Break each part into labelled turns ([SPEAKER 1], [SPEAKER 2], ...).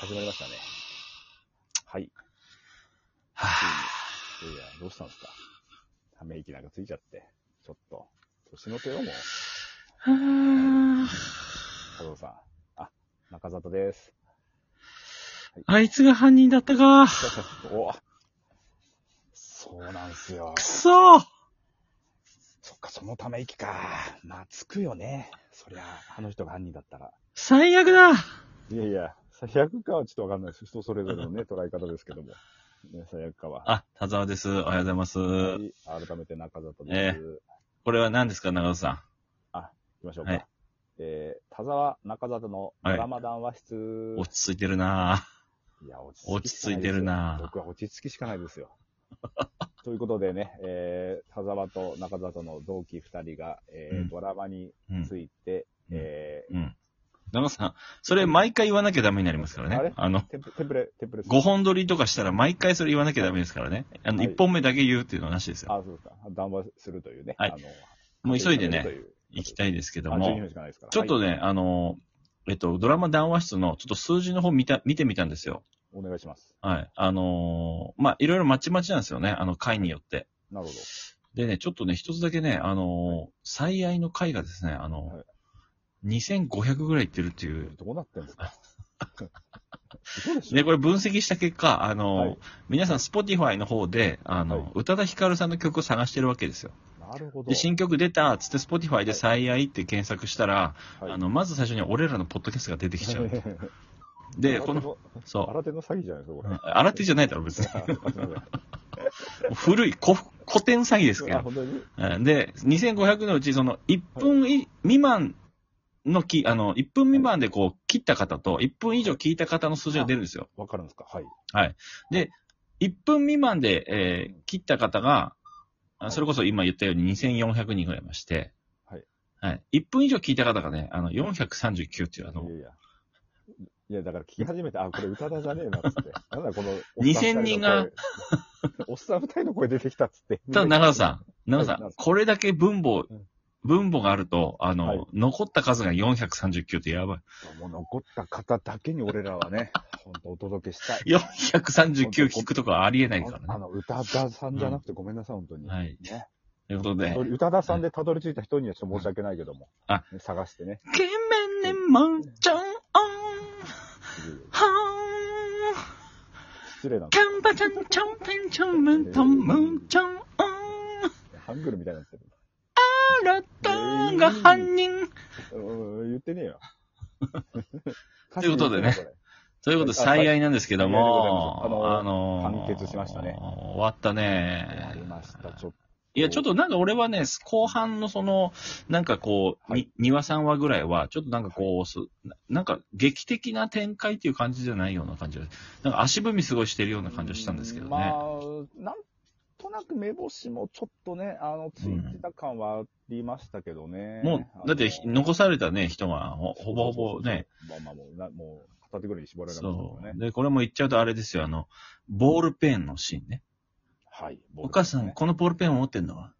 [SPEAKER 1] 始まりましたね。はい。
[SPEAKER 2] はぁ
[SPEAKER 1] いやいや、どうしたんですかため息なんかついちゃって。ちょっと。年の手よ、もう。加藤さん。あ、中里です。
[SPEAKER 2] あいつが犯人だったか。
[SPEAKER 1] おそうなんすよ
[SPEAKER 2] く。そ
[SPEAKER 1] そっか、そのため息か。まあ、つくよね。そりゃ、あの人が犯人だったら。
[SPEAKER 2] 最悪だ
[SPEAKER 1] いやいや、最悪かはちょっとわかんないです。人それぞれのね、捉え方ですけども。ね、最悪かは。
[SPEAKER 2] あ、田沢です。おはようございます。
[SPEAKER 1] はい、改めて中里です。
[SPEAKER 2] えこれは何ですか、長尾さ
[SPEAKER 1] 行きましょうか。
[SPEAKER 2] はい
[SPEAKER 1] えー、田沢中里のドラマ談話室。
[SPEAKER 2] ん。落ち着いてるなぁ。
[SPEAKER 1] いや、落
[SPEAKER 2] 落
[SPEAKER 1] しか
[SPEAKER 2] ち着
[SPEAKER 1] ないです
[SPEAKER 2] て
[SPEAKER 1] よ
[SPEAKER 2] るな
[SPEAKER 1] 僕は落ち着きしかないですよ。 ということでね、えー、田沢と中里の同期二人が、えー
[SPEAKER 2] うん
[SPEAKER 1] ドラマに
[SPEAKER 2] ぁ。うん
[SPEAKER 1] ついて、
[SPEAKER 2] うん
[SPEAKER 1] え
[SPEAKER 2] うん。長尾さん、それ毎回言わなきゃダメになりますから
[SPEAKER 1] あれ
[SPEAKER 2] ね。あの
[SPEAKER 1] ー、、テンプテンプレ、テンプレ
[SPEAKER 2] 5本撮りとかしたら毎回それ言わなきゃダメですからね。あの、
[SPEAKER 1] はい
[SPEAKER 2] 1本目だけ言うっていうのはなしですよ。
[SPEAKER 1] あ、そうですか。談話するというね。
[SPEAKER 2] はい
[SPEAKER 1] あの、
[SPEAKER 2] もう急いで
[SPEAKER 1] と
[SPEAKER 2] ね、
[SPEAKER 1] う
[SPEAKER 2] 行きたいですけど
[SPEAKER 1] あ12
[SPEAKER 2] も
[SPEAKER 1] 分。しかないですから。
[SPEAKER 2] ちょっと
[SPEAKER 1] はい、
[SPEAKER 2] ね、あの、えっと、ドラマ談話室のちょっと数字の方見た、見てみたんですよ。
[SPEAKER 1] お願いします。
[SPEAKER 2] はい。あのーまあ、いろいろまちまちなんですよね。あの、回によって。
[SPEAKER 1] なるほど。
[SPEAKER 2] でね、ちょっとね、一つだけね、あのー最愛の回がですね、あの、
[SPEAKER 1] はい
[SPEAKER 2] 2500ぐらいいってるっていう。
[SPEAKER 1] どうなってんです か そうでしょ
[SPEAKER 2] で、これ分析した結果、あのー
[SPEAKER 1] はい
[SPEAKER 2] 皆さん、Spotify の方で、あの、
[SPEAKER 1] はい
[SPEAKER 2] 宇多田ヒカルさんの曲を探してるわけですよ。
[SPEAKER 1] なるほど。
[SPEAKER 2] で、新曲出たっつって Spotify で最愛って検索したら、
[SPEAKER 1] はい
[SPEAKER 2] あの、まず最初に俺らのポッドキャストが出てきちゃう。 で、この、、そう。
[SPEAKER 1] 新手の詐欺じゃないですか、これ。
[SPEAKER 2] 新手じゃないだろ、別に。
[SPEAKER 1] あすいません
[SPEAKER 2] 古い、こ古典詐欺ですけど
[SPEAKER 1] あ、。本当に
[SPEAKER 2] うんで、2500のうち、その、1分い未満のき、あの、1分未満でこう、切った方と、1分以上聞いた方の数字が出るんですよ。
[SPEAKER 1] わかるんですかはい。
[SPEAKER 2] 1分未満で、えー切った方が、
[SPEAKER 1] は
[SPEAKER 2] あ
[SPEAKER 1] い
[SPEAKER 2] それこそ今言ったように2400人ぐらいいまして、
[SPEAKER 1] はい。
[SPEAKER 2] はい。1分以上聞いた方がね、あの、439っていう、あ
[SPEAKER 1] い
[SPEAKER 2] の、
[SPEAKER 1] やいや。いや、だから聞き始めて、あ、これ歌だじゃねえな、つって。なんだこの、
[SPEAKER 2] 2000人が
[SPEAKER 1] おっさん二人の声、おっさん二人の声出てきた、つって。
[SPEAKER 2] ただ長野さん、長野さ
[SPEAKER 1] はい
[SPEAKER 2] ん、これだけ分母
[SPEAKER 1] うん、
[SPEAKER 2] 分母があると、あの、
[SPEAKER 1] はい
[SPEAKER 2] 残った数が439ってやばい。
[SPEAKER 1] もう残った方だけに俺らはね、本当お届けしたい。
[SPEAKER 2] 439聞くとかありえないからね
[SPEAKER 1] あ。あの、歌田さんじゃなくてごめんなさい、本当に。
[SPEAKER 2] はい。
[SPEAKER 1] ね
[SPEAKER 2] ということで。
[SPEAKER 1] 歌田さんでたどり着いた人にはちょっと申し訳ないけども。
[SPEAKER 2] あ
[SPEAKER 1] ね探してね。
[SPEAKER 2] ケメンネマンチョンオン、ハーン、
[SPEAKER 1] 失礼なんで
[SPEAKER 2] カンパチャンチョンペンチョンムントンムンチョンオン、
[SPEAKER 1] す。ハングルみたいになってる。
[SPEAKER 2] あなたが犯人。
[SPEAKER 1] うん言ってねえ よ。と
[SPEAKER 2] ということでねということで、最愛なんですけども、
[SPEAKER 1] あはいあ
[SPEAKER 2] の
[SPEAKER 1] 完結しましたね
[SPEAKER 2] 終わった
[SPEAKER 1] あり
[SPEAKER 2] ね。
[SPEAKER 1] ました、ちょっ
[SPEAKER 2] いや、ちょっとなんか俺はね、後半のその、なんかこう、
[SPEAKER 1] はい
[SPEAKER 2] に2話3話ぐらいは、ちょっとなんかこう、すななんか劇的な展開っていう感じじゃないような感じがなんか足踏みすごいしてるよう
[SPEAKER 1] と
[SPEAKER 2] な感じがしたんですけどね。
[SPEAKER 1] まあ、なんとなく目星もちょっとね、あの、ついてた感はありましたけどね。
[SPEAKER 2] も
[SPEAKER 1] あ
[SPEAKER 2] う、
[SPEAKER 1] の
[SPEAKER 2] だってひ、残されたね、人がほ、ほぼほぼね。。
[SPEAKER 1] そうそうそうまあまあ、もう、なもう、片手ぐらいに絞られなかったで
[SPEAKER 2] そ
[SPEAKER 1] すよ
[SPEAKER 2] う。
[SPEAKER 1] ね。
[SPEAKER 2] で、これも言っちゃうとあれですよ、あの、ボールペンのシーンね。
[SPEAKER 1] はい。
[SPEAKER 2] お母さん、このボールペンを持ってんのは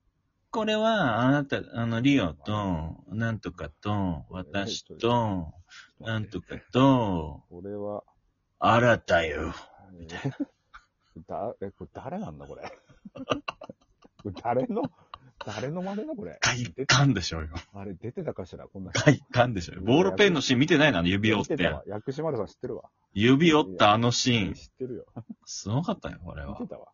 [SPEAKER 2] これは、あなた、あの、リオと、なんとかと、私と、なんとかと、
[SPEAKER 1] これは、
[SPEAKER 2] あなたよ。
[SPEAKER 1] みたいな。だ、え、これ誰なんだ、これ。 これ誰の、誰の真似だ、これ。
[SPEAKER 2] 快感でしょうよ。
[SPEAKER 1] あれ、出てたかしら、こんな人。
[SPEAKER 2] 快感でしょうよ。ボールペンのシーン見てないな、あの指折っ
[SPEAKER 1] 見て
[SPEAKER 2] て
[SPEAKER 1] た。わ薬師丸さん知ってるわ。
[SPEAKER 2] 指折ったあのシーン。
[SPEAKER 1] 知ってるよ。
[SPEAKER 2] すごかったよ、これ
[SPEAKER 1] 見
[SPEAKER 2] は
[SPEAKER 1] て。たわ。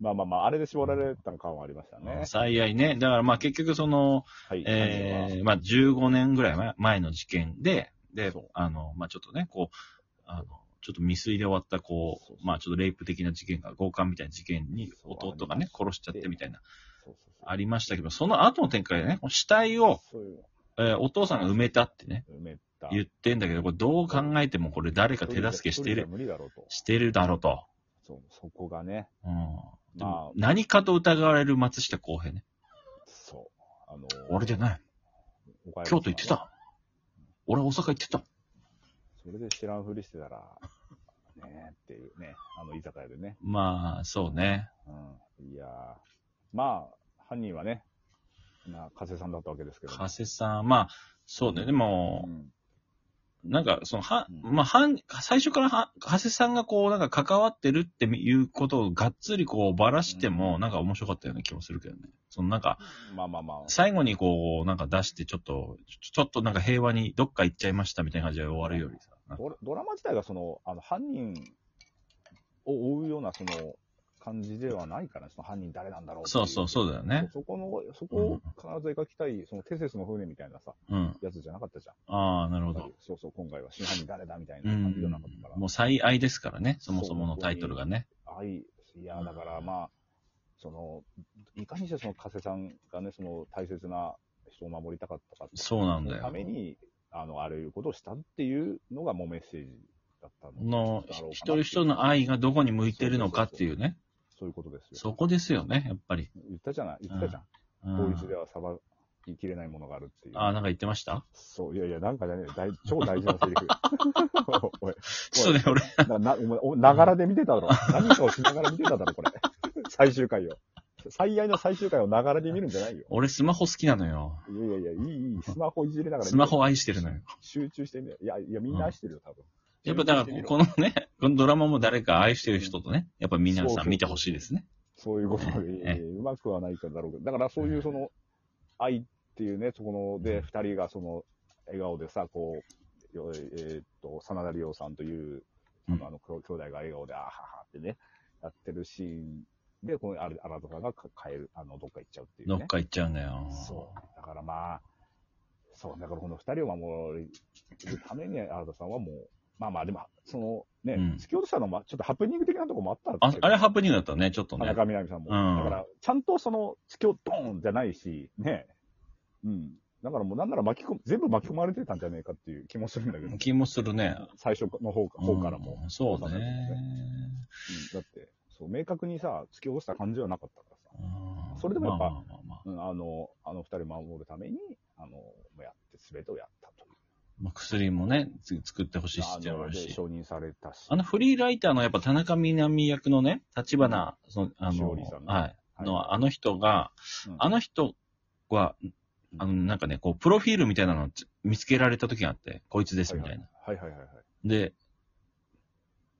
[SPEAKER 1] まあまあまあ、あれで絞られた感はありましたね。
[SPEAKER 2] 最愛ね。だからまあ結局その、
[SPEAKER 1] はい。
[SPEAKER 2] えーまあ、15年ぐらい前前の事件で、で
[SPEAKER 1] そう、
[SPEAKER 2] あの、まあ、ちょっとね、こう、あの、ちょっと未遂で終わった、こ
[SPEAKER 1] そうそう
[SPEAKER 2] う、まあ、ちょっとレイプ的な事件が、強姦みたいな事件に
[SPEAKER 1] そう
[SPEAKER 2] 弟がね、
[SPEAKER 1] ありま
[SPEAKER 2] 殺
[SPEAKER 1] し
[SPEAKER 2] したちゃってみたいな、
[SPEAKER 1] そうそうそう
[SPEAKER 2] ありましたけど、その後の展開でね、この死体を、
[SPEAKER 1] そういう
[SPEAKER 2] えーお父さんが埋めたってね、
[SPEAKER 1] の埋めた。
[SPEAKER 2] 言ってんだけど、これどう考えてもこれ誰か手助け
[SPEAKER 1] 一人
[SPEAKER 2] して
[SPEAKER 1] じゃ
[SPEAKER 2] る、
[SPEAKER 1] 無理だろうと。
[SPEAKER 2] してるだろうと。
[SPEAKER 1] そう、そこがね、
[SPEAKER 2] うん。で
[SPEAKER 1] ま
[SPEAKER 2] も
[SPEAKER 1] あ、
[SPEAKER 2] 何かと疑われる松下洸平ね。
[SPEAKER 1] そう。あの、
[SPEAKER 2] 俺じゃない。
[SPEAKER 1] おかえりさん
[SPEAKER 2] 京
[SPEAKER 1] は
[SPEAKER 2] 都行って。た。俺大阪行ってた。
[SPEAKER 1] それで知らんふりしてたら、ねえっていうね、あの、居酒屋でね。
[SPEAKER 2] まあ、そうね。
[SPEAKER 1] うん。いやーまあ、犯人はね、な、加瀬さんだったわけですけども。
[SPEAKER 2] 加瀬さん、まあ、そうね、でも
[SPEAKER 1] う、ん
[SPEAKER 2] なんか、その、は、
[SPEAKER 1] うん
[SPEAKER 2] まあ、はん、最初からは、長谷さんがこう、なんか関わってるっていうことをがっつりこう、ばらしても、なんか面白かったような気もするけどね。そのなんか、
[SPEAKER 1] まあまあまあ。
[SPEAKER 2] 最後にこう、なんか出して、ちょっと、ちょっとなんか平和にどっか行っちゃいましたみたいな感じで終わるよりさ。なんか
[SPEAKER 1] ドラドラマ自体がその、あの、犯人を追うような、その、感じではないからね、その犯人誰なんだろうってい
[SPEAKER 2] そうそう、そうだよね。
[SPEAKER 1] そこの、そこを必ず描きたい、そのテセスの船みたいなさ、
[SPEAKER 2] うん。
[SPEAKER 1] やつじゃなかったじゃん。
[SPEAKER 2] ああ、なるほど。
[SPEAKER 1] そうそう、今回は真犯人誰だみたいうな感じじゃ
[SPEAKER 2] ん
[SPEAKER 1] なかったから。。
[SPEAKER 2] もう最愛ですからね、そもそものタイトルがね。
[SPEAKER 1] 愛、いや、だからまあ、その、いかにしてその加瀬さんがね、その大切な人を守りたかったかって
[SPEAKER 2] そうなん
[SPEAKER 1] そ
[SPEAKER 2] だ
[SPEAKER 1] のた
[SPEAKER 2] よ。
[SPEAKER 1] めに、あの、あらゆることをしたっていうのがもうメッセージだった
[SPEAKER 2] の、
[SPEAKER 1] だろうかなっていう
[SPEAKER 2] 一人一人の愛がどこに向いてるのかっていうね。
[SPEAKER 1] そういうことですよ。
[SPEAKER 2] そこですよね、やっぱり。
[SPEAKER 1] 言ったじゃない言ったじゃん。
[SPEAKER 2] う
[SPEAKER 1] 法律
[SPEAKER 2] ん
[SPEAKER 1] で、は裁ききれないものがあるっていう。
[SPEAKER 2] ああ、なんか言ってました
[SPEAKER 1] そう、いやいや、なんかじゃねえ大 超大事なセリフ。 おい、
[SPEAKER 2] ちょっとね、俺、
[SPEAKER 1] な、な、お前おながらで見てただろ。何かをしながら見てただろ、これ。最終回を。最愛の最終回をながらで見るんじゃないよ。
[SPEAKER 2] 俺スマホ好きなのよ。
[SPEAKER 1] いやいやいや、いい、いい、スマホいじりながら見て
[SPEAKER 2] スマホ愛してるのよ。
[SPEAKER 1] 集中してみる。いや、いや、みんな愛してるよ、多分。
[SPEAKER 2] やっぱだから、このね、このドラマも誰か愛してる人とね、やっぱ皆さん見てほしいですね。
[SPEAKER 1] そういうことで、
[SPEAKER 2] ええ
[SPEAKER 1] えーうまくはないかだろうけど、だからそういうその、愛っていうね、そこの、で、二人がその、笑顔でさ、こう、よえーっと、真田理央さんという、あの、
[SPEAKER 2] うん
[SPEAKER 1] あの兄弟が笑顔で、あははってね、やってるシーンで、このあらとかが変える、あの、どっか行っちゃうっていう
[SPEAKER 2] ど
[SPEAKER 1] ね
[SPEAKER 2] っ。か行っちゃうんだよ。
[SPEAKER 1] そう。だからまあ、そう、だからこの二人を守るために、新田さんはもう、まあまあ、でも、そのね、
[SPEAKER 2] うん
[SPEAKER 1] 突き落としたのも、ちょっとハプニング的なとこもあったんで
[SPEAKER 2] あ
[SPEAKER 1] すけど
[SPEAKER 2] あれハプニングだったね、ちょっと
[SPEAKER 1] 田
[SPEAKER 2] ね。
[SPEAKER 1] 中みな実さんも。
[SPEAKER 2] うん
[SPEAKER 1] だから、ちゃんとその、突きをドーンじゃないし、ね。うん。だからもう、なんなら巻き込む、全部巻き込まれてたんじゃねえかっていう気もするんだけど、
[SPEAKER 2] 気もするね。
[SPEAKER 1] 最初の方か方からも。
[SPEAKER 2] うんそう
[SPEAKER 1] そう
[SPEAKER 2] ね
[SPEAKER 1] だ。うん、だって、そう、明確にさ、突き落とした感じはなかったからさ。
[SPEAKER 2] うん
[SPEAKER 1] それでもやっぱ
[SPEAKER 2] まあまあまあまあ
[SPEAKER 1] うん、あの、あの二人守るために、あの、もうやって、すべてをやったという。
[SPEAKER 2] まあ薬もね、つ作ってほしい
[SPEAKER 1] あ
[SPEAKER 2] 必要もあ
[SPEAKER 1] の
[SPEAKER 2] る
[SPEAKER 1] で
[SPEAKER 2] し。
[SPEAKER 1] 承認されたし。
[SPEAKER 2] あのフリーライターのやっぱ田中みな実役のね、立花、その、あ
[SPEAKER 1] し
[SPEAKER 2] の、
[SPEAKER 1] おりさんね
[SPEAKER 2] はい、
[SPEAKER 1] はい
[SPEAKER 2] の、あの人が、
[SPEAKER 1] うん
[SPEAKER 2] あの人は、あの、なんかね、こう、プロフィールみたいなのを見つけられた時があって、こいつですみたいな。
[SPEAKER 1] はいはいはいはい。
[SPEAKER 2] で、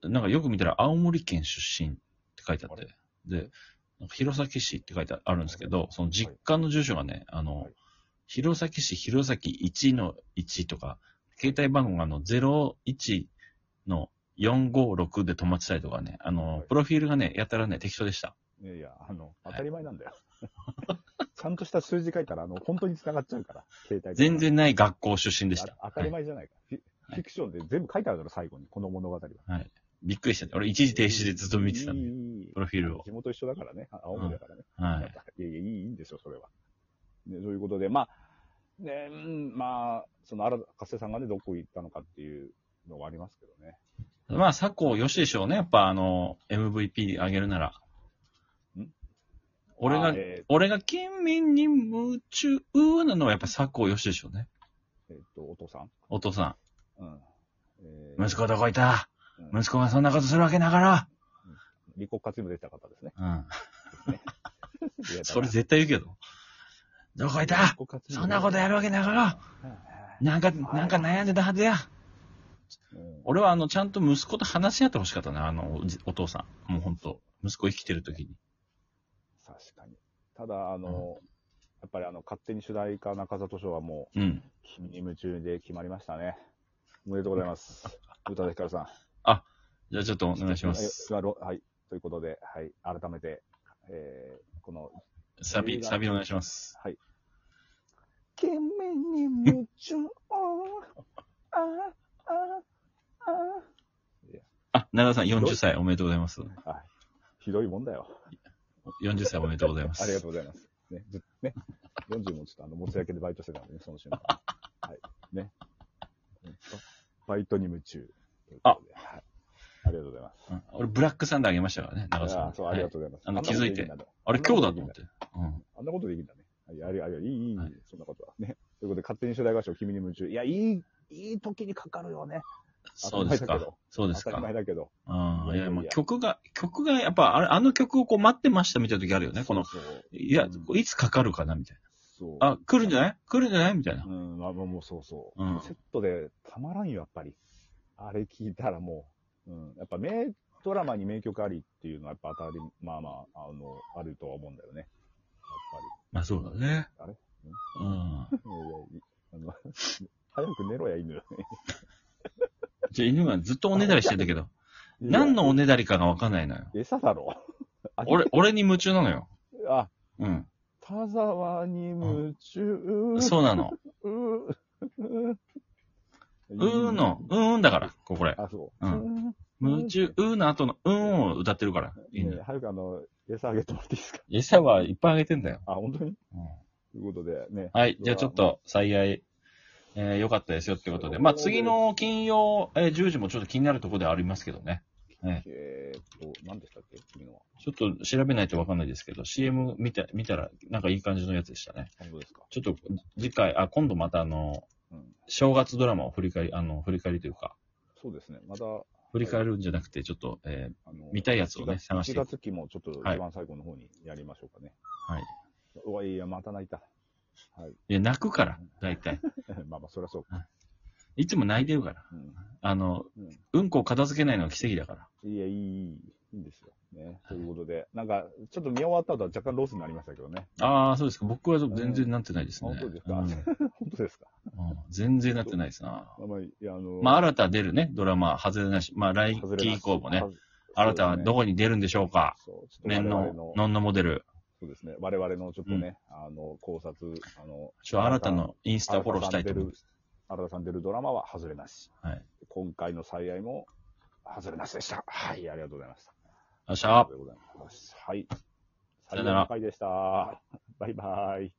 [SPEAKER 2] なんかよく見たら、青森県出身って書いてあっ
[SPEAKER 1] あ
[SPEAKER 2] て、で、なんか弘前市って書いてあるんですけど、その実家の住所がね、あの、
[SPEAKER 1] はい
[SPEAKER 2] 弘前市弘前1の1とか、携帯番号があの、01の456で止まってたりとかね、あ
[SPEAKER 1] は
[SPEAKER 2] の、
[SPEAKER 1] い
[SPEAKER 2] プロフィールがね、やたらね、適当でした。
[SPEAKER 1] いやいや、あの、当たり前なんだよ。 ちゃんとした数字書いたら、あの、本当に繋がっちゃうから、携帯
[SPEAKER 2] 全然ない学校出身でした
[SPEAKER 1] あ。当たり前じゃないか。フィ
[SPEAKER 2] はい
[SPEAKER 1] フィクションで全部書いてあるだろ、最後に、この物語は。
[SPEAKER 2] びっくりした。俺一時停止でずっと見てたん
[SPEAKER 1] いい
[SPEAKER 2] で、
[SPEAKER 1] いいいい
[SPEAKER 2] プロフィールを。
[SPEAKER 1] 地元一緒だからね、あ青森だからね。
[SPEAKER 2] はいい。
[SPEAKER 1] やいや、いい、いいんですよ、それは。ね、そういうことで、まあ、ね、うんまあ、その、新田加瀬さんがね、どこ行ったのかっていうのがありますけどね。
[SPEAKER 2] まあ、佐藤よしでしょうね。やっぱ、あの、MVP あげるなら
[SPEAKER 1] ん。
[SPEAKER 2] 俺
[SPEAKER 1] あ
[SPEAKER 2] が、
[SPEAKER 1] え
[SPEAKER 2] 俺が君に夢中なのはやっぱ佐藤よしでしょうね。
[SPEAKER 1] ーえーっと、お父さん。
[SPEAKER 2] お父さ
[SPEAKER 1] うん。え
[SPEAKER 2] ん。息子はどこいた
[SPEAKER 1] うん
[SPEAKER 2] 息子がそんなことするわけなが
[SPEAKER 1] 李国活にも出てた方ですね。
[SPEAKER 2] ら。うん。
[SPEAKER 1] いや
[SPEAKER 2] それ絶対言うけど。どこいた
[SPEAKER 1] 李国活にも
[SPEAKER 2] そんなことやるわけながら。なんか、なんか悩んでたはずや。
[SPEAKER 1] うん
[SPEAKER 2] 俺はあの、ちゃんと息子と話し合ってほしかったな、あの、おじお父さん。もうほんと。息子生きてる時に。
[SPEAKER 1] 確かに。ただ、あの、
[SPEAKER 2] うん
[SPEAKER 1] やっぱりあの、勝手に主題歌中里賞はも
[SPEAKER 2] うん。
[SPEAKER 1] う、君に夢中で決まりましたね。おめでとうございます。宇多田ヒカルさん。
[SPEAKER 2] じゃあちょっとお願いします。
[SPEAKER 1] はい。はいということで、はい。改めて、えー、この、
[SPEAKER 2] サビ、サビお願いします。
[SPEAKER 1] 君に夢 中ああ、あ
[SPEAKER 2] あ、奈良さん40歳おめでとうございます。
[SPEAKER 1] あ、はい。ひどいもんだよ。
[SPEAKER 2] 40歳おめでとうございます。
[SPEAKER 1] ありがとうございます。ね、ずね、40もちょっとあの、もつ焼けでバイトしてたんでね、その瞬間。はい。ね。ほんとバイトに夢中。
[SPEAKER 2] あ
[SPEAKER 1] はい。ありがとうございます。
[SPEAKER 2] うん俺、ブラックサンダーあげましたからね、奈良さん。
[SPEAKER 1] あそう、ありが
[SPEAKER 2] はい
[SPEAKER 1] とうございます。
[SPEAKER 2] あの
[SPEAKER 1] んなこと
[SPEAKER 2] 気づいて
[SPEAKER 1] できんだね
[SPEAKER 2] あれ、今日だと思って。うん。
[SPEAKER 1] あんなことできるんだね。はい、あり、あり、いい、いい、いい
[SPEAKER 2] はい
[SPEAKER 1] そんなことは。ね。ということで、勝手に主題歌手を君に夢中。いや、いい、いい時にかかるよね。
[SPEAKER 2] そうです
[SPEAKER 1] 当たり前だけ
[SPEAKER 2] か
[SPEAKER 1] ど。
[SPEAKER 2] そう
[SPEAKER 1] 当
[SPEAKER 2] です
[SPEAKER 1] た
[SPEAKER 2] か
[SPEAKER 1] り。前だけど。
[SPEAKER 2] うん。いや、もう
[SPEAKER 1] いやいや
[SPEAKER 2] 曲が、曲が、やっぱ、あれ、あの曲をこう待ってましたみたいな時あるよね、この。
[SPEAKER 1] そう。
[SPEAKER 2] いや
[SPEAKER 1] うん、
[SPEAKER 2] いつかかるかな、みたい
[SPEAKER 1] そう。
[SPEAKER 2] あ、来るんじゃない来るんじゃないみたいな
[SPEAKER 1] う。ん、まあ、もうそうそう、
[SPEAKER 2] うん
[SPEAKER 1] セットでたまらんよ、やっぱり。あれ聞いたらもう。うん。やっぱ名ドラマに名曲ありっていうのはやっぱ当たり、まあまあ、あの、あるとは思うんだよね。やっ
[SPEAKER 2] まあそうだね。
[SPEAKER 1] あれ
[SPEAKER 2] うん。
[SPEAKER 1] ぱり。いやいやいあの早く寝ろや、犬。
[SPEAKER 2] じゃあ犬がずっとおねだりしてんだけど、
[SPEAKER 1] いや
[SPEAKER 2] 何のおねだりかがわかんないのよ。
[SPEAKER 1] 餌だろ。あ
[SPEAKER 2] 俺、俺に夢中なのよ。
[SPEAKER 1] あ、
[SPEAKER 2] うん。
[SPEAKER 1] 田沢に夢中。
[SPEAKER 2] そうなの。
[SPEAKER 1] うー。う
[SPEAKER 2] うー。の、うーんだから、ここれ。
[SPEAKER 1] あ、そう。
[SPEAKER 2] う
[SPEAKER 1] うん。
[SPEAKER 2] 夢中、うーの後のうーんを歌ってるから。いい
[SPEAKER 1] ね
[SPEAKER 2] ね。
[SPEAKER 1] 早くあの、餌あげてもらっていいですか
[SPEAKER 2] 餌はいっぱいあげてんだよ。
[SPEAKER 1] あ、本当に
[SPEAKER 2] うん
[SPEAKER 1] ということでね。
[SPEAKER 2] はい。じゃあちょっと、最愛、えー良かったですよってことで。まあ次の金曜、えー10時もちょっと気になるところではありますけどね。ね
[SPEAKER 1] えーっと、何でしたっけ君のは。
[SPEAKER 2] ちょっと調べないとわかんないですけど、CM 見た、見たら、なんかいい感じのやつでしたね。
[SPEAKER 1] 本当ですか
[SPEAKER 2] ちょっと次回、あ、今度またあの、
[SPEAKER 1] うん。
[SPEAKER 2] 正月ドラマを振り返り、あの、振り返りというか、
[SPEAKER 1] そうですね。また、
[SPEAKER 2] 振り返るんじゃなくて、ちょっと、え
[SPEAKER 1] あの、
[SPEAKER 2] 見たいやつをね
[SPEAKER 1] 1月
[SPEAKER 2] 探して
[SPEAKER 1] 1月期もちょっと一番最後の方にやりましょうかね。
[SPEAKER 2] ーはい。
[SPEAKER 1] うわ、いや、また泣いた。 はい。
[SPEAKER 2] いや、泣くから、大 体。
[SPEAKER 1] まあまあ、そりゃそうか。
[SPEAKER 2] いつも泣いてるから。
[SPEAKER 1] うん。
[SPEAKER 2] あの、
[SPEAKER 1] うん
[SPEAKER 2] うんこを片付けないのは奇跡だから。
[SPEAKER 1] いや、いい、いい、いいんですよ。ね。ということで、なんか、ちょっと見終わった後は若干ロスになりましたけどね。
[SPEAKER 2] ああ、そうですか。僕は全然なってないですね。
[SPEAKER 1] 本当ですか
[SPEAKER 2] うん
[SPEAKER 1] 本当ですか
[SPEAKER 2] うん全然なってないですな。
[SPEAKER 1] あまあ、いや、あの、
[SPEAKER 2] まあ、新た出るね、ドラマ、外れなし。まあ、来
[SPEAKER 1] 外れ
[SPEAKER 2] 期
[SPEAKER 1] なし
[SPEAKER 2] 以降もね、
[SPEAKER 1] はず
[SPEAKER 2] 新たはどこに出るんでしょうか。
[SPEAKER 1] そうですねそう
[SPEAKER 2] 年
[SPEAKER 1] ちょっと我々
[SPEAKER 2] の、ノンノモデル。
[SPEAKER 1] そうですね。我々のちょっとね、あの、考察、あの、
[SPEAKER 2] ちょ、新たのインスタフォローしたいと思
[SPEAKER 1] 新
[SPEAKER 2] いま
[SPEAKER 1] 田
[SPEAKER 2] す。
[SPEAKER 1] さん出るドラマは外れなし。
[SPEAKER 2] はい。
[SPEAKER 1] 今回の最愛も外れなしでした。はい、ありがとうございました。
[SPEAKER 2] よっし
[SPEAKER 1] あ
[SPEAKER 2] ゃ
[SPEAKER 1] りがとうございます。はい。
[SPEAKER 2] さよな
[SPEAKER 1] 最後
[SPEAKER 2] ら
[SPEAKER 1] の回でした。バイバイ。